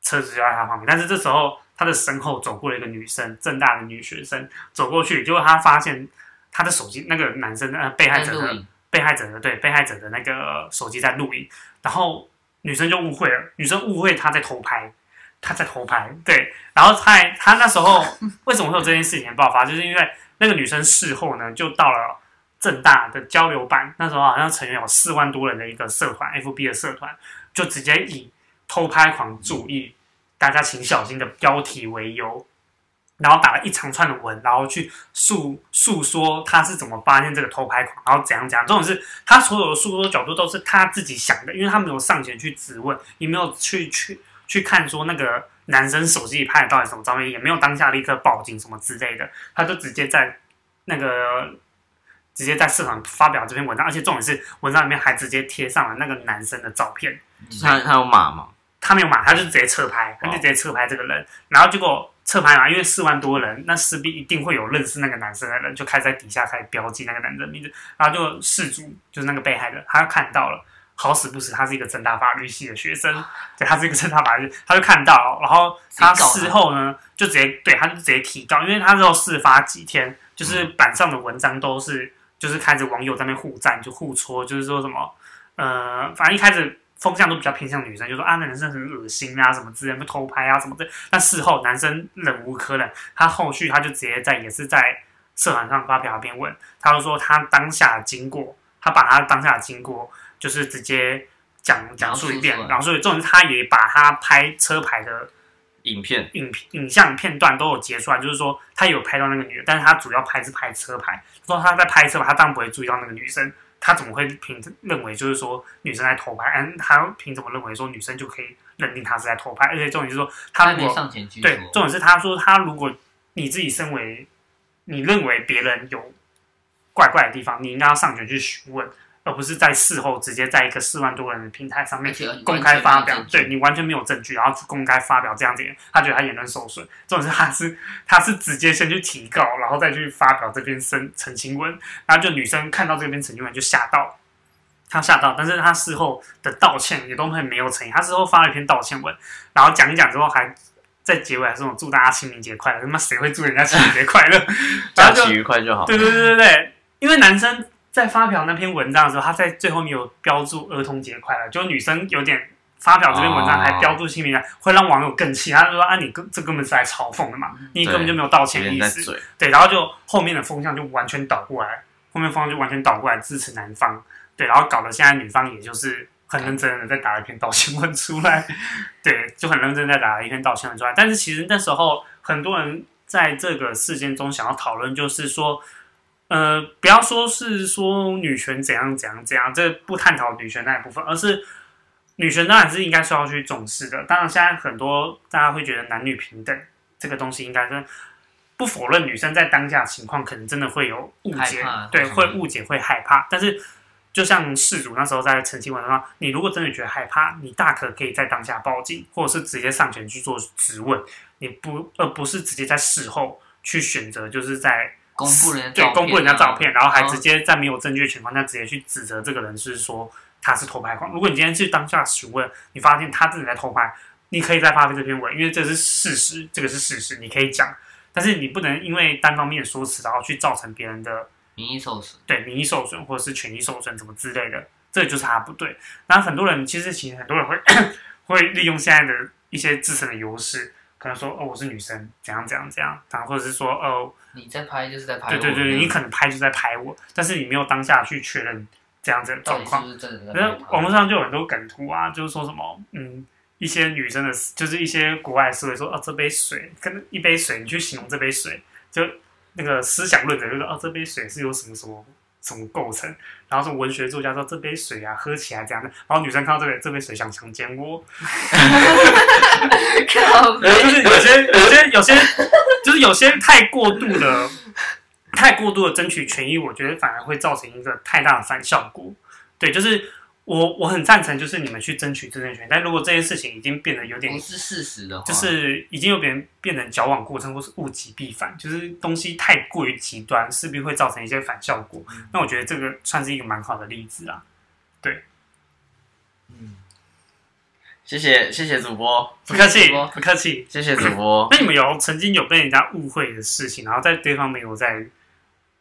S1: 车子就在他旁边，但是这时候他的身后走过了一个女生，正大的女学生走过去，结果他发现他的手机那个男生呃被害
S3: 在
S1: 者
S3: 录
S1: 的
S3: 影，
S1: 被害者的对被害者的那个手机在录影，然后女生就误会了，女生误会他在偷拍，他在偷拍，对，然后他还他那时 候为什么会有这件事情的爆发，就是因为那个女生事后呢就到了正大的交流版，那时候好像成员有四万多人的一个社团，FB 的社团，就直接以偷拍狂注意，大家请小心的标题为由。然后打了一长串的文，然后去诉诉说他是怎么发现这个偷拍狂，然后怎样怎样。这种是他所有的诉说角度都是他自己想的，因为他没有上前去质问，也没有去去去看说那个男生手机里拍的到底什么照片，也没有当下立刻报警什么之类的，他就直接在那个直接在社团发表这篇文章，而且重点是文章里面还直接贴上了那个男生的照片。
S2: 他他有码吗？
S1: 他没有买，他就直接侧拍，他就直接侧拍这个人，然后结果侧拍嘛，因为四万多人，那势必一定会有认识那个男生的人，就开始在底下开始标记那个男生的名字，然后就事主就是那个被害人，他看到了，好死不死，他是一个正大法律系的学生，对，他是一个正大法律，他就看到了，然后他事后呢，就直接对，他就直接提告，因为他之后事发几天，就是板上的文章都是，就是开始网友在那边互赞，就互戳，就是说什么，呃，反正一开始风向都比较偏向女生，就说啊，那男生很恶心啊，什么之类的，偷拍啊什么的。但事后男生忍无可忍，他后续他就直接在也是在社团上发表一篇文，他就说他当下经过，他把他当下经过就是直接讲讲述一遍
S3: 描述出，来
S1: 然后所以重点是他也把他拍车牌的
S2: 影片
S1: 影影像片段都有截出来，就是说他有拍到那个女的，但是他主要拍是拍车牌，说他在拍车牌，他当然不会注意到那个女生，他怎么会凭认为就是说女生在偷拍？嗯，他凭什么认为说女生就可以认定他是在偷拍？而且重点是说他
S3: 他
S1: 如
S3: 没
S1: 果
S3: 上前去
S1: 对，重
S3: 说，
S1: 点是他说他如果你自己身为你认为别人有怪怪的地方，你应该要上前去询问，而不是在事后直接在一个四万多人的平台上面
S3: 而且完全
S1: 公开发
S3: 没
S1: 表
S3: 有，证据
S1: 对你完全没有证据，然后公开发表这样子，他觉得他言论受损。重点是他是他是直接先去提告，然后再去发表这篇声澄清文，然后就女生看到这篇澄清文就吓到。他吓到，但是他事后的道歉也都很没有诚意。他事后发了一篇道歉文，然后讲一讲之后还在结尾还说祝大家清明节快乐，他妈谁会祝人家清明节快乐？ 然
S2: 假
S1: 后就
S2: 期愉快就好。
S1: 对对对对对，因为男生在发表那篇文章的时候，他在最后面有标注儿童节快乐，就女生有点发表这篇文章
S2: 哦
S1: 还标注清明节，会让网友更气。他就说啊，你根这根本是来嘲讽的嘛，你根本就没有道
S2: 嗯有
S1: 歉
S2: 点
S1: 意
S2: 在
S1: 思。
S2: 嘴，
S1: 对，然后就后面的风向就完全倒过来，后面风向就完全倒过来支持男方，对，然后搞得现在女方也就是很认真的在打一篇道歉文出来， 对，就很认真地在打了一篇道歉文出来。但是其实那时候很多人在这个事件中想要讨论，就是说呃，不要说是说女权怎样怎样怎样，这不探讨女权那一部分，而是女权当然是应该是要去重视的。当然，现在很多大家会觉得男女平等这个东西，应该是不否认女生在当下情况可能真的会有误解
S3: 害怕，
S1: 对，
S2: 嗯
S1: 会误解会害怕。但是就像事主那时候在澄清文章上，你如果真的觉得害怕，你大可可以在当下报警，或者是直接上前去做质问，你不而不是直接在事后去选择，就是在
S3: 公布人家
S1: 对
S3: 照片啊
S1: 公布人家照片，然后还
S3: 哦
S1: 直接在没有证据的情况下直接去指责这个人是说他是偷拍狂。如果你今天去当下询问，你发现他自己在偷拍，你可以再发表这篇文，因为这是事实，这个是事实，你可以讲。但是你不能因为单方面的说辞，然后去造成别人的
S3: 民意受损，
S1: 对名益受损或者是权益受损怎么之类的，这就是他不对。然后很多人其实其实很多人会 会利用现在的一些自身的优势，可能说哦我是女生怎样怎样怎样，然后或者是说哦
S3: 你在拍就是在拍
S1: 对
S3: 我，
S1: 对对，你可能拍就在拍我，但是你没有当下去确认这样子的
S3: 到
S1: 状
S3: 底是
S1: 况
S3: 不。是真的
S1: 可
S3: 在
S1: 是
S3: 拍他？
S1: 网络上就有很多梗图啊，就是说什么嗯。一些女生的，就是一些国外思维说，哦，这杯水，跟一杯水，你去形容这杯水，就那个思想论者就说，哦，这杯水是由什么什么什么构成，然后什么文学作家说这杯水啊，喝起来这样的，然后女生看到这个这杯水想强奸我，
S3: 靠
S1: 然后就是有些有些有些，就是有些太过度的，太过度的争取权益，我觉得反而会造成一个太大的反效果。对，就是我我很赞成，就是你们去争取自身权，但如果这件事情已经变得有点
S3: 不是事实的话，
S1: 就是已经有别人变成矫枉过正，或是物极必反，就是东西太过于极端，势必会造成一些反效果。那我觉得这个算是一个蛮好的例子啊。
S3: 嗯，
S2: 谢谢谢谢主播，
S1: 不客气
S3: 谢谢主播，
S1: 不客气。
S2: 谢谢主播。
S1: 那你们有曾经有被人家误会的事情，然后在对方没有在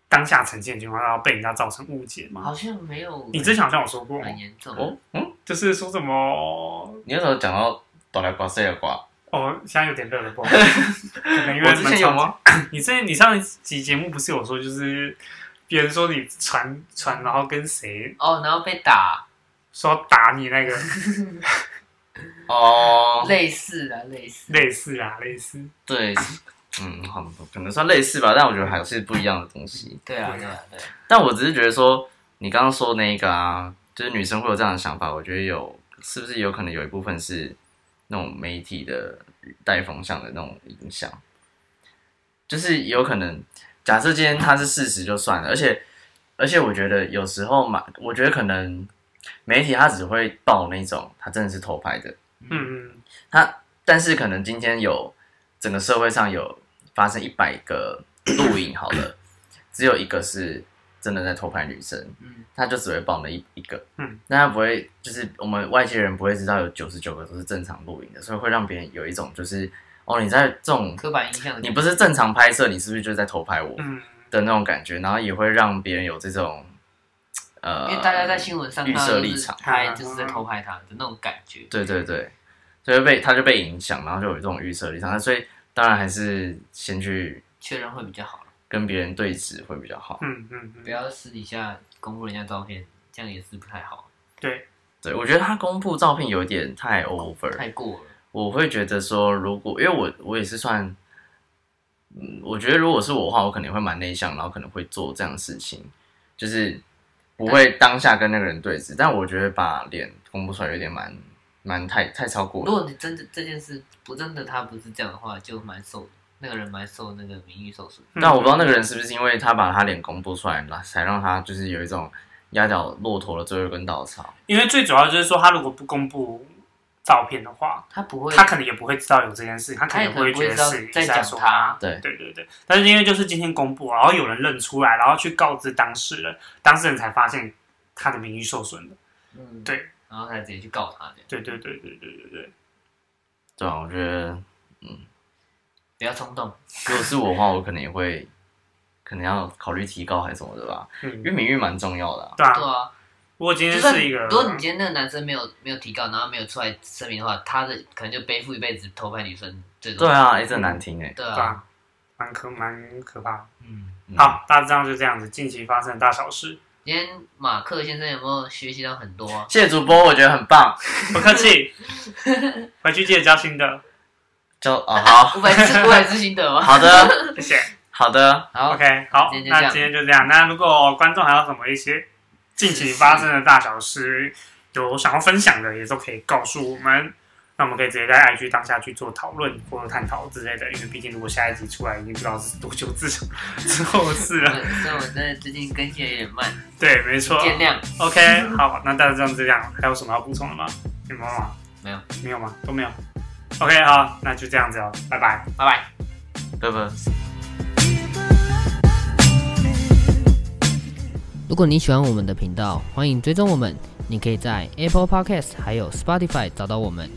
S1: 当下呈现的情况下，然后被人家造成误解吗？
S3: 好像没有，
S1: 你之前好像有说过，
S3: 很严重，
S2: 哦，嗯，
S1: 就是说什么
S2: 你那时候讲到哆来瓜塞尔瓜，
S1: 哦，现在有点热了，不好意思可能因为
S2: 我之前有吗？
S1: 你之前你上一集节目不是有说，就是别人说你传传，然后跟谁
S3: 哦，然后被打，
S1: 说要打你那个
S2: 哦，
S3: 类似的类似，
S1: 类似啊，类似。
S2: 对，嗯，好，可能算类似吧，但我觉得还是不一样的东西。
S3: 对啊对啊对啊，
S2: 但我只是觉得说，你刚刚说那个啊，就是女生会有这样的想法，我觉得有是不是有可能有一部分是那种媒体的带风向的那种影响，就是有可能假设今天它是事实就算了，而且而且我觉得有时候嘛，我觉得可能媒体它只会报那种它真的是偷拍的，
S1: 嗯嗯
S2: 他但是可能今天有整个社会上有发生一百个录影，好 了，只有一个是真的在偷拍女生，
S3: 嗯，
S2: 他就只会报了一一个，
S1: 嗯，
S2: 那他不会就是我们外界人不会知道有九十九个都是正常录影的，所以会让别人有一种就是哦你在这种
S3: 刻板印象的
S2: 你不是正常拍摄，你是不是就在偷拍我
S1: 嗯，
S2: 的那种感觉，然后也会让别人有这种呃，
S3: 因为大家在新闻上
S2: 预
S3: 看到
S2: 设
S3: 都
S2: 立
S3: 是
S2: 场
S1: 啊
S3: 拍就是
S1: 嗯
S3: 在偷拍他的那种感觉，
S2: 对对对，所以被他就被影响，然后就有这种预设立场，那所以当然还是先去
S3: 确认会比较好，
S2: 跟别人对峙会比较好。
S1: 嗯嗯
S3: 不
S1: 嗯，
S3: 要私底下公布人家照片，这样也是不太好，
S1: 对，
S2: 对我觉得他公布照片有点太 over，
S3: 太过了，
S2: 我会觉得说，如果因为我我也是算，嗯，我觉得如果是我的话，我肯定会蛮内向，然后可能会做这样的事情，就是不会当下跟那个人对峙，但我觉得把脸公布出来有点蛮蛮太太超过
S3: 如
S2: 了。
S3: 果你真的这件事不真的他不是这样的话，就蛮受那个人蛮受那个名誉受损，
S2: 但我不知道那个人是不是因为他把他脸公布出来，那才让他就是有一种压倒骆驼的最后一根稻草。
S1: 因为最主要就是说，他如果不公布照片的话，
S3: 他不会，
S1: 他可能也不会知道有这件事，他可
S3: 他
S1: 能
S3: 也
S1: 也
S3: 可
S1: 不会
S3: 能不
S1: 觉得
S3: 会知道
S1: 是
S3: 在
S1: 在
S3: 讲
S1: 说
S3: 他，
S2: 对，
S1: 对对对，但是因为就是今天公布，然后有人认出来，然后去告知当事人，当事人才发现他的名誉受损了。
S3: 嗯，
S1: 对，
S3: 然后才直接去告他这样，
S1: 对对对对对对对，
S2: 对啊，我觉得
S3: 不要冲动，
S2: 如果是我的话，我可能也会，可能要考虑提高还是什么的吧，因为
S1: 嗯，
S2: 名誉蛮重要的、啊。
S1: 对啊
S3: 对。啊。
S1: 如果今
S3: 就
S1: 天
S3: 算
S1: 是一个，
S3: 如果你今天那个男生没有没有提高，然后没有出来声明的话，他的可能就背负一辈子偷拍女生这种。
S2: 对啊，哎、这很难听哎、
S3: 对
S1: 对
S3: 啊，
S1: 啊，蛮可蛮可怕的。
S3: 嗯。
S2: 嗯
S1: 好，大致上就这样子，近期发生的大小事。
S3: 今天马克先生有没有学习到很多啊？
S2: 谢谢主播，我觉得很棒。
S1: 不客 气，回去记得交新的，
S2: 就哦好
S3: 五百字，五百字心得吗？
S2: 好的，
S1: 谢谢。
S2: 好的，
S3: 好
S1: OK，好
S3: 今天，就这
S1: 那
S3: 样
S1: 今天就这样。那如果观众还有什么一些近期发生的大小事，有想要分享的，也都可以告诉我们。那我们可以直接在 IG 当下去做讨论或者探讨之类的，因为毕竟如果下一集出来，已经不知道是多久之前之后的事
S3: 所
S1: 了。
S3: 以所以我真的最近更新的有点慢，
S1: 对，没错。
S3: 嗯见谅。
S1: OK，好，那大致上这样，还有什么要补充的吗？有没有吗？
S3: 没有，
S1: 没有吗？都没有。OK，好，那就这样子哦，拜拜。
S3: 拜拜。
S2: 拜拜。
S4: 如果你喜欢我们的频道，欢迎追踪我们。你可以在 Apple Podcast 还有 Spotify 找到我们。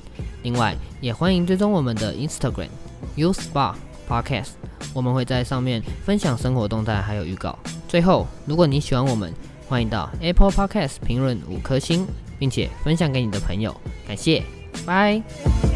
S4: 另外，也欢迎追踪我们的 Instagram U Spa Podcast，我们会在上面分享生活动态还有预告。最后，如果你喜欢我们，欢迎到 Apple Podcast 评论五颗星，并且分享给你的朋友。感谢，拜。
S5: 「君の声が聞こえる」